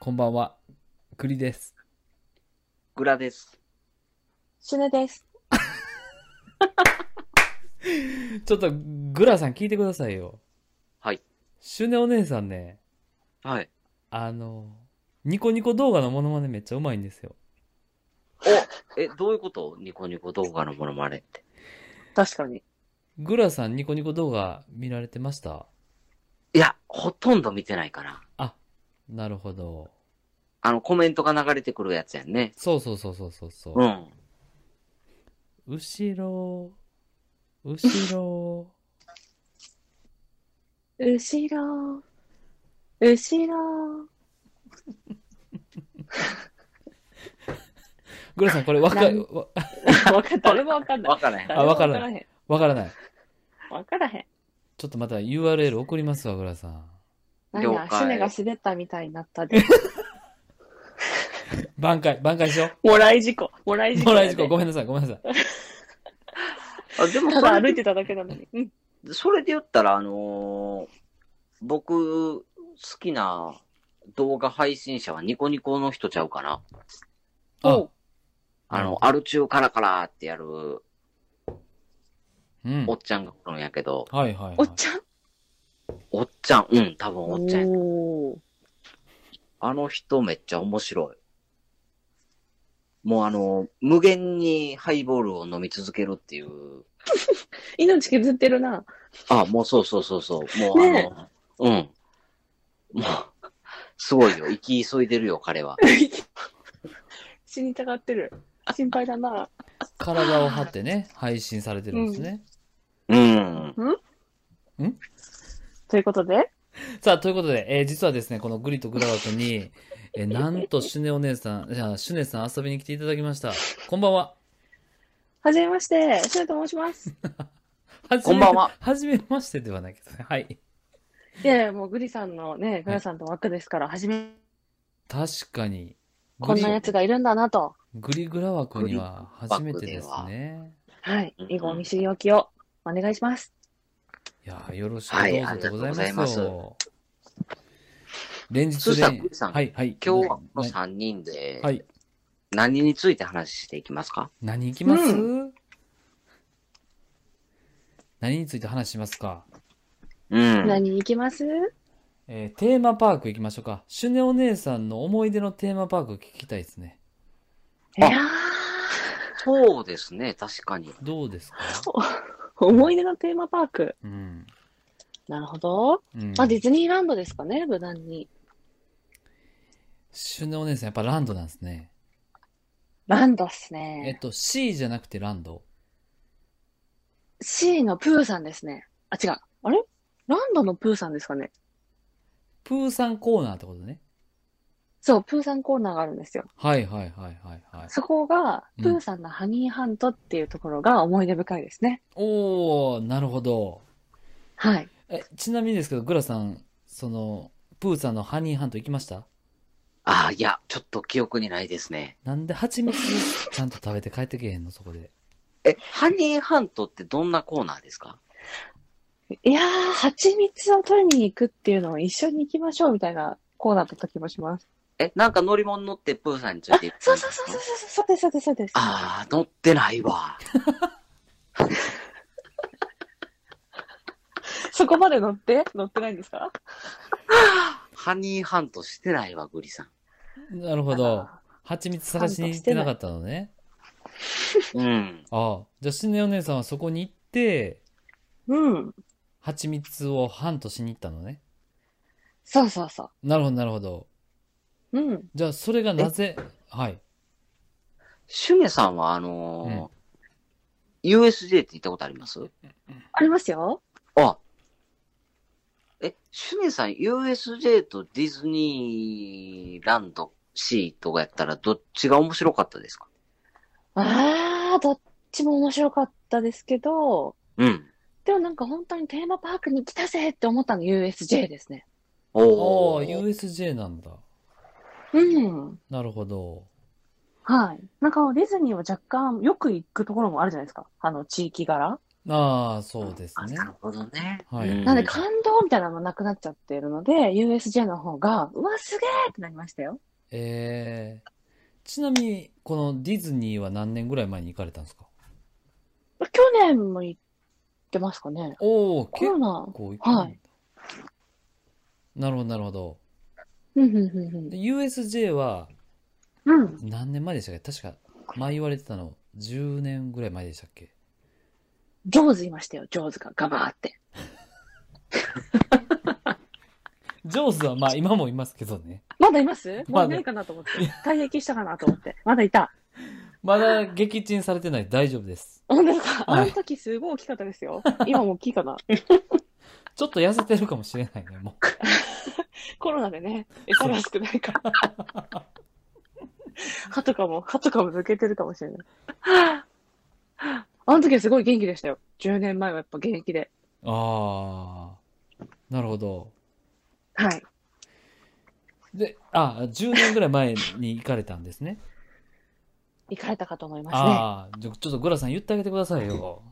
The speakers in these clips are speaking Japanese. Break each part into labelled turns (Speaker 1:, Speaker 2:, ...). Speaker 1: こんばんは。栗です。
Speaker 2: グラです。
Speaker 3: シュネです。
Speaker 1: ちょっと、グラさん聞いてくださいよ。
Speaker 2: はい。
Speaker 1: シュネお姉さんね、
Speaker 2: はい。
Speaker 1: あの、ニコニコ動画のモノマネめっちゃうまいんですよ。
Speaker 2: え、どういうことニコニコ動画のモノマネって。
Speaker 3: 確かに。
Speaker 1: グラさんニコニコ動画見られてました
Speaker 2: いや、ほとんど見てないかな。
Speaker 1: あ、なるほど。
Speaker 2: あの、コメントが流れてくるやつやんね。
Speaker 1: そうそうそうそうそうそう
Speaker 2: う。ん。
Speaker 1: 後ろ、後ろ、
Speaker 3: 後ろ、後ろ。
Speaker 1: グラさんこれわか、
Speaker 3: なん
Speaker 1: わ
Speaker 3: わかん 誰もわかんない。
Speaker 2: わからへん。
Speaker 1: あわから
Speaker 3: 誰もわか
Speaker 1: わから
Speaker 3: らへん。
Speaker 1: ない。
Speaker 3: わからへん。
Speaker 1: ちょっとまた URL 送りますわ、グラさん。
Speaker 3: なん
Speaker 2: 了
Speaker 3: や、
Speaker 2: 解
Speaker 3: シュネが滑ったみたいになったで。
Speaker 1: 挽回、挽回しよ。
Speaker 3: もらい事故。もらいう事
Speaker 1: も
Speaker 3: 故
Speaker 1: ら
Speaker 3: や
Speaker 1: い
Speaker 3: で。
Speaker 1: 事故、ごめんなさい、ごめんなさい。
Speaker 2: あでも
Speaker 3: た
Speaker 2: そ
Speaker 3: だ歩
Speaker 2: れ
Speaker 3: いてただけなのに。うん。
Speaker 2: で、それで言ったら、あのー僕、好きな動画配信者はニコニコの人ちゃうかな。
Speaker 1: あ、
Speaker 2: あ
Speaker 1: うん
Speaker 2: の、アル中カラカラってやる
Speaker 1: うん。はい
Speaker 2: おっちゃんが来るんやけど、
Speaker 1: はい、はい。
Speaker 3: おっちゃん
Speaker 2: おっちゃん、うん、多分おっちゃんや。
Speaker 3: おー
Speaker 2: あの人めっちゃ面白い。もうあの、無限にハイボールを飲み続けるっていう。
Speaker 3: 命削ってるな。
Speaker 2: あ、もうそうそうそうそう。もうあの、
Speaker 3: ね
Speaker 2: うん。もう、すごいよ。生き急いでるよ、彼は。
Speaker 3: 死にたがってる。心配だな。
Speaker 1: 体を張ってね、配信されてるんですね。
Speaker 2: うん。
Speaker 3: ということで、
Speaker 1: さあ、ということで、えー実はですね、このグリとグラワ君に、えーなんとシュネお姉さん、じゃあ、シュネさん遊びに来ていただきました。こんばんは。
Speaker 3: はじめまして、シュネと申します。
Speaker 1: はじめ
Speaker 2: こんばんは。
Speaker 1: はじめましてではないけどね。はい。
Speaker 3: いやいや、もうグリさんのね、グラさんと枠ですから、はじめ、
Speaker 1: 確かに。
Speaker 3: こんなやつがいるんだなと。
Speaker 1: グリグラワ君には初めてですね。
Speaker 3: はい
Speaker 2: うん。
Speaker 3: 以後、お見知りおきをお願いします。
Speaker 1: いやー、よろしく
Speaker 2: はい
Speaker 1: どうぞでございます
Speaker 2: ありがとう
Speaker 1: よ。連日
Speaker 2: そしたらグ
Speaker 1: 連
Speaker 2: リさん
Speaker 1: はい、はい。
Speaker 2: 今日はこの
Speaker 1: は
Speaker 2: 3人で
Speaker 1: い、はい。
Speaker 2: 何について話していきますか
Speaker 1: 何いきます、
Speaker 3: う
Speaker 1: 何について話しますか
Speaker 2: うん。
Speaker 3: 何行きます
Speaker 1: えーテーマパーク行きましょうか。シュネお姉さんの思い出のテーマパーク聞きたいですね。
Speaker 3: いやー
Speaker 2: そうですね、確かに。
Speaker 1: どうですか
Speaker 3: 思い出のテーマパーク。
Speaker 1: うん。
Speaker 3: なるほど。
Speaker 1: うん、
Speaker 3: まあ、ディズニーランドですかね、無難に。
Speaker 1: シュネお姉さんやっぱランドなんですね。
Speaker 3: ランドっす
Speaker 1: えっ
Speaker 3: ね。
Speaker 1: と、C じゃなくてランド。
Speaker 3: C のプーさんですね。あ、違う。あれランドのプーさんですかね。
Speaker 1: プーさんコーナーってことね。
Speaker 3: そう、プーさんコーナーがあるんですよ。
Speaker 1: はいはいはいはいはい。
Speaker 3: そこが、
Speaker 1: うん
Speaker 3: プーさんのハニーハントっていうところが思い出深いですね。
Speaker 1: おー、なるほど。
Speaker 3: はい。
Speaker 1: え、ちなみにですけど、グラさん、その、プーさんのハニーハント行きました
Speaker 2: ああ、いや、ちょっと記憶にないですね。
Speaker 1: なんで蜂蜜ちゃんと食べて帰ってけえへんの、そこで。
Speaker 2: え、ハニーハントってどんなコーナーですか
Speaker 3: いやー、蜂蜜を取りに行くっていうのを一緒に行きましょうみたいなコーナーだった気もします。
Speaker 2: え、なんか乗り物乗ってプーさんについて行く
Speaker 3: そうそうそうそうそう、そうです、そうです、そうです。
Speaker 2: ああ、乗ってないわ。
Speaker 3: そこまで乗って乗ってないんですか
Speaker 2: ハニーハントしてないわ、グリさん。
Speaker 1: なるほど。蜂蜜探しに行ってなかったのね。
Speaker 2: うん。
Speaker 1: ああ。じゃあ、シネお姉さんはそこに行って、
Speaker 3: うん。
Speaker 1: 蜂蜜をハントしに行ったのね。
Speaker 3: そうそうそ
Speaker 1: なるほど、なるほど。
Speaker 3: う。うん。
Speaker 1: じゃあ、それがなぜ、はい。
Speaker 2: シュネさんは、あのー USJ って行ったことあります
Speaker 3: ありますよ。
Speaker 2: あ。え、シュネさん、USJ とディズニーランド C とかやったら、どっちが面白かったですか
Speaker 3: あー、どっちも面白かったですけど、
Speaker 2: うん。
Speaker 3: でもなんか本当にテーマパークに来たぜって思ったの USJ ですね。
Speaker 1: あ
Speaker 2: お
Speaker 1: あ、
Speaker 2: ー。
Speaker 1: USJ なんだ。
Speaker 3: うん。
Speaker 1: なるほど。
Speaker 3: はい。なんかディズニーは若干よく行くところもあるじゃないですか。あの、地域柄。
Speaker 1: ああ、そうです
Speaker 2: あ
Speaker 1: ね
Speaker 2: な。るほどね。
Speaker 1: はい
Speaker 2: うん
Speaker 3: なんで感動みたいなのがなくなっちゃってるので、USJ の方が、うわ、すげーってなりましたよ。
Speaker 1: えー、ちなみに、このディズニーは何年ぐらい前に行かれたんですか
Speaker 3: 去年も行ってますかね。
Speaker 1: おお、
Speaker 3: コ
Speaker 1: 結
Speaker 3: ロナ。
Speaker 1: 構行くんだ
Speaker 3: はい
Speaker 1: なるほど、なるほど。
Speaker 3: うん、うん、
Speaker 1: で USJ は
Speaker 3: うん。うん。
Speaker 1: 何年前でしたっけ確か、前言われてたの、10年ぐらい前でしたっけ
Speaker 3: ジョーズいましたよ、ジョーズがガバーって。
Speaker 1: ジョーズはまあ今もいますけどね。
Speaker 3: まだいます
Speaker 1: まだ
Speaker 3: もういないかなと思って。退役したかなと思って。まだいた。
Speaker 1: まだ撃沈されてない。大丈夫です。
Speaker 3: 本当ですか
Speaker 1: はい
Speaker 3: あの時すごい大きかったですよ。今も大きいかな。
Speaker 1: ちょっと痩せてるかもしれないね、もう。
Speaker 3: コロナでね、餌が少な いから。歯とかも、歯とかも抜けてるかもしれない。あの時はすごい元気でしたよ。10年前はやっぱ現役で。
Speaker 1: ああ、なるほど。
Speaker 3: はい。
Speaker 1: で、あ、10年ぐらい前に行かれたんですね。
Speaker 3: 行かれたかと思いますね。
Speaker 1: ああ、じゃちょっとグラさん言ってあげてくださいよ。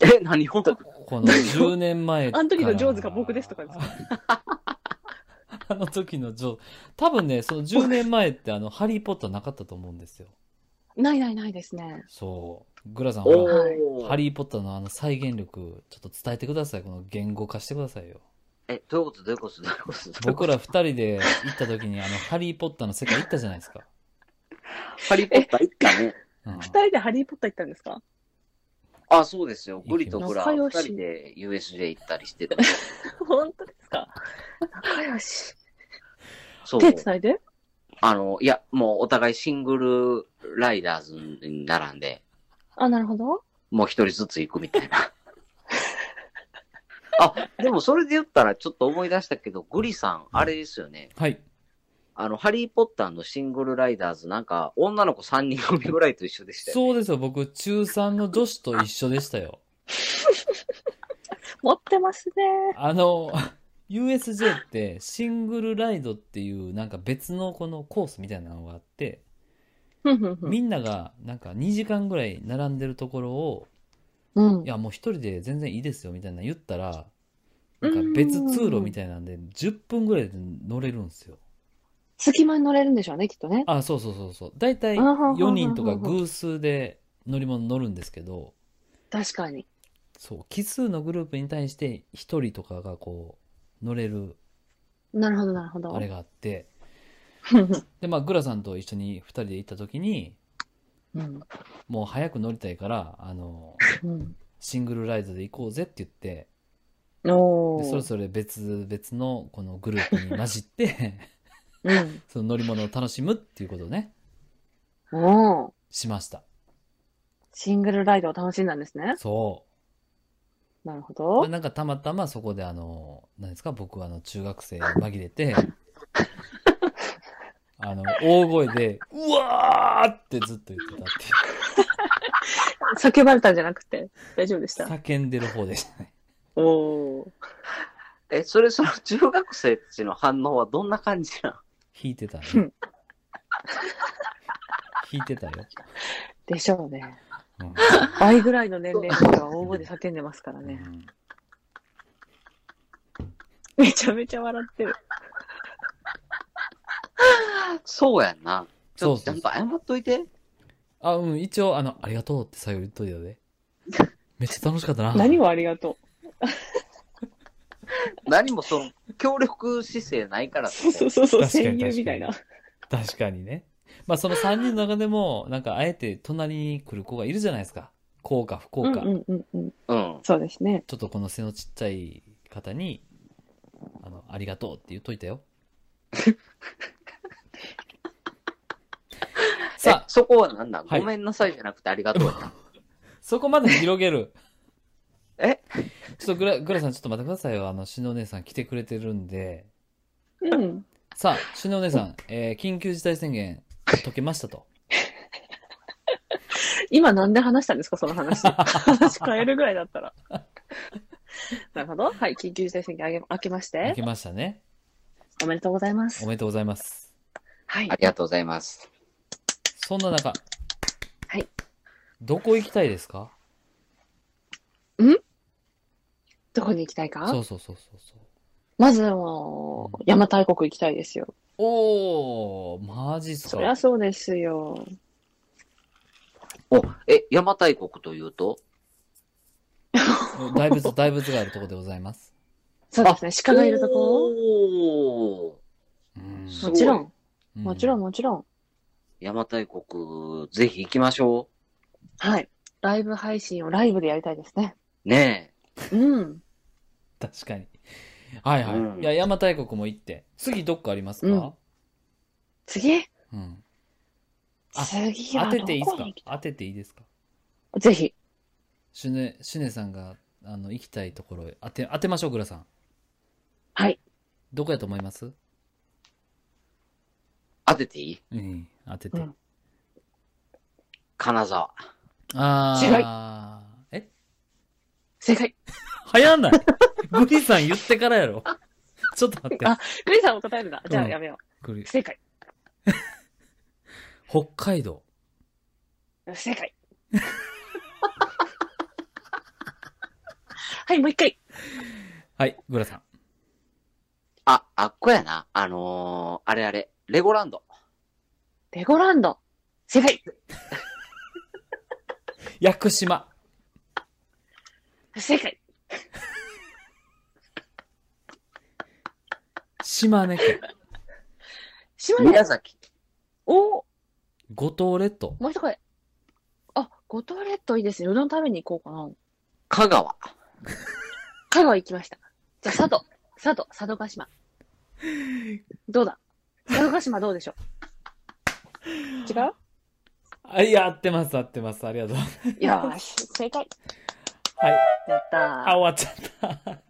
Speaker 2: え、何を
Speaker 1: この10年前から。
Speaker 3: あの時のジョーズが僕ですとかで す
Speaker 1: あの時のジョーズ。多分ね、その10年前ってあの、ハリーポッターなかったと思うんですよ。
Speaker 3: ないないないですね。
Speaker 1: そう。グラさん、ほ
Speaker 2: お
Speaker 1: ら、
Speaker 2: ー
Speaker 1: ハリーポッターのあの再現力、ちょっと伝えてください。この言語化してくださいよ。
Speaker 2: え、どういうことどういうことどういうこと
Speaker 1: 僕ら二人で行った時に、あの、ハリーポッターの世界行ったじゃないですか。
Speaker 2: ハリーポッター行ったね。
Speaker 1: うん
Speaker 3: 二人でハリーポッター行ったんですか
Speaker 2: あ、そうですよ。グリとグラ、
Speaker 3: 仲
Speaker 2: 二
Speaker 3: 良し
Speaker 2: 人で USJ 行ったりしてた。
Speaker 3: 本当ですか仲良し。
Speaker 2: そ う。
Speaker 3: 手繋いで
Speaker 2: あの、いや、もうお互いシングルライダーズに並んで、
Speaker 3: あ、なるほど。
Speaker 2: もう一人ずつ行くみた いな。あ、でもそれで言ったらちょっと思い出したけど、グリさん、あれですよね。
Speaker 1: はい。
Speaker 2: あの、ハリーポッターのシングルライダーズなんか、女の子3人組ぐらいと一緒でしたよ。
Speaker 1: そうですよ。僕、中3の女子と一緒でしたよ。
Speaker 3: 持ってますね。
Speaker 1: あの、USJ ってシングルライドっていうなんか別のこのコースみたいなのがあって、
Speaker 3: ふんふんふん
Speaker 1: みんながなんか2時間ぐらい並んでるところを、
Speaker 3: うん
Speaker 1: い。やもう一人で全然いいですよみたいなの言ったら、なんか別通路みたいなんで10分ぐらいで乗れるんですよ。
Speaker 3: 隙間に乗れるんでしょうね、きっとね。
Speaker 1: あ、そうそうそうそう。だいたい
Speaker 3: あはははは
Speaker 1: 4人とか偶数で乗り物乗るんですけど、
Speaker 3: 確かに。
Speaker 1: そう、奇数のグループに対して1人とかがこう乗れる
Speaker 3: なるほど、なるほど。
Speaker 1: あれがあって、
Speaker 3: ふんふん
Speaker 1: で、まあ、グラさんと一緒に2人で行った時に、
Speaker 3: うん。
Speaker 1: もう早く乗りたいから、あの、
Speaker 3: うん。
Speaker 1: シングルライドで行こうぜって言って、
Speaker 3: お
Speaker 1: で
Speaker 3: ー
Speaker 1: それぞれ別々のこのグループに混じって、
Speaker 3: うん。
Speaker 1: その乗り物を楽しむっていうことをね、
Speaker 3: おー
Speaker 1: しました。
Speaker 3: シングルライドを楽しんだんですね。
Speaker 1: そ
Speaker 3: なるほ
Speaker 1: う。まあ
Speaker 3: ど。
Speaker 1: なんかたまたまそこであの、何ですか、僕はあの中学生に紛れて、あの、大声で、うわーってずっと言ってたっていう。
Speaker 3: 叫ばれたんじゃなくて、大丈夫でした。
Speaker 1: 叫んでる方でしたね。
Speaker 3: おー
Speaker 2: え、それその中学生たちの反応はどんな感じなん
Speaker 1: 弾いてたね。
Speaker 3: う
Speaker 1: 弾
Speaker 3: ん
Speaker 1: いてたよ。
Speaker 3: でしょうね。
Speaker 1: うん
Speaker 3: 倍ぐらいの年齢の人が大声で叫んでますから
Speaker 1: う
Speaker 3: ね。
Speaker 1: ん
Speaker 3: めちゃめちゃ笑ってる。
Speaker 2: そうやんな。ち
Speaker 1: そ
Speaker 2: ょ
Speaker 1: う
Speaker 2: っとち
Speaker 1: そ
Speaker 2: ゃ
Speaker 1: うんそう。
Speaker 2: と謝っといて。
Speaker 1: あ、うん、一応、あの、ありがとうって最後言っといたで。めっちゃ楽しかったな。
Speaker 3: 何をありがと
Speaker 2: 何もその、協力姿勢ないから
Speaker 3: う。
Speaker 2: って
Speaker 3: そうそうそうそう、
Speaker 1: 確かに
Speaker 3: 戦友みたいな。
Speaker 1: 確かにね。まあ、その3人の中でも、なんか、あえて隣に来る子がいるじゃないですか。こうか不
Speaker 3: う
Speaker 1: 幸
Speaker 3: ん
Speaker 1: か。
Speaker 3: うんうんうん。
Speaker 2: うん。
Speaker 3: そうですね。
Speaker 1: ちょっとこの背のちっちゃい方に、あの、ありがとうって言っといた よ。さ
Speaker 2: さあ、そこは何なん
Speaker 1: はい
Speaker 2: ごめんなさいじゃなくてありがとうやな。
Speaker 1: あ、そこまで広げる。
Speaker 2: え
Speaker 1: ちょっとグラ、グラさんちょっと待ってくださいよ。あの、しのお姉さん来てくれてるんで。
Speaker 3: うん。
Speaker 1: さあ、しのお姉さん、えー緊急事態宣言解けましたと。
Speaker 3: 今なんで話したんですか、そ の話。話変えるぐらいだったら。なるほど。はい。緊急事態宣言あげ明けまし
Speaker 1: 解
Speaker 3: て、
Speaker 1: けましたね。
Speaker 3: おめでとうございま
Speaker 1: お
Speaker 3: す。
Speaker 1: めでとうございます。
Speaker 3: はい
Speaker 2: あ。りがとうございます。
Speaker 1: そんな中、
Speaker 3: はい。
Speaker 1: どこ行きたいですか
Speaker 3: どこに行きたいか
Speaker 1: そうそうそうそうそう。
Speaker 3: まずもう、邪馬台国行きたいですよ。
Speaker 1: おー、マジっす
Speaker 3: そりゃ
Speaker 1: か。
Speaker 3: そうですよ。
Speaker 2: お、え、邪馬台国というと
Speaker 1: 大仏、大仏があるところでございます。
Speaker 3: そうですね。鹿がいるとこ
Speaker 2: こ
Speaker 1: うん
Speaker 2: す
Speaker 3: ろ
Speaker 2: ご
Speaker 3: も
Speaker 2: い
Speaker 3: ちろん。
Speaker 1: う
Speaker 3: もちろん、もちろん。
Speaker 2: 邪馬台国、ぜひ行きましょ
Speaker 3: はい。ライブ配信をライブでやりたいですね。
Speaker 2: う。ね
Speaker 3: うん。
Speaker 1: 確かに。はいはい。
Speaker 2: うん
Speaker 1: いや、邪馬台国も行って。次どっかありますか、
Speaker 3: 次
Speaker 1: うん、あ
Speaker 3: 次は
Speaker 1: 当
Speaker 3: ど
Speaker 1: てていいです
Speaker 3: こ
Speaker 1: か
Speaker 3: に行きた
Speaker 1: 当てていいですか
Speaker 3: いぜひ。
Speaker 1: シュネ、シュネさんが、あの、行きたいところへ当て、当てましょう、グラさん。
Speaker 3: はい。
Speaker 1: どこやと思います
Speaker 2: え、当てていい
Speaker 1: うん、当てて。
Speaker 3: うん
Speaker 2: 金沢。
Speaker 1: あー。え
Speaker 3: 正解。
Speaker 1: 早ないグリさん言ってからやろ。ちょっと待って。
Speaker 3: あグリさんも答えるな。じゃ
Speaker 1: う
Speaker 3: あ
Speaker 1: ん
Speaker 3: やめよ
Speaker 1: グリ
Speaker 3: う。不正解。
Speaker 1: 北海道。
Speaker 3: 不正解。はい、もう一回。
Speaker 1: はい、グラさん。
Speaker 2: あ、あっこやな。あのー、あれあれ、レゴランド。
Speaker 3: レゴランド。正解。
Speaker 1: 屋久島。
Speaker 3: 不正解。
Speaker 1: 島根県。
Speaker 3: 島根。
Speaker 2: 宮崎。
Speaker 3: おー
Speaker 1: 五島列島。
Speaker 3: もう一回。あ、五島列島いいですね。うどん食べに行こうかな。
Speaker 2: 香川。
Speaker 3: 香川行きました。じゃあ、佐渡。佐渡、佐渡島。どうだ佐渡島どうでしょう違う
Speaker 1: あ、いや、合ってます、合ってます。ありがとう。はい。
Speaker 3: よーし、正解。やった
Speaker 1: あ、終わっちゃった。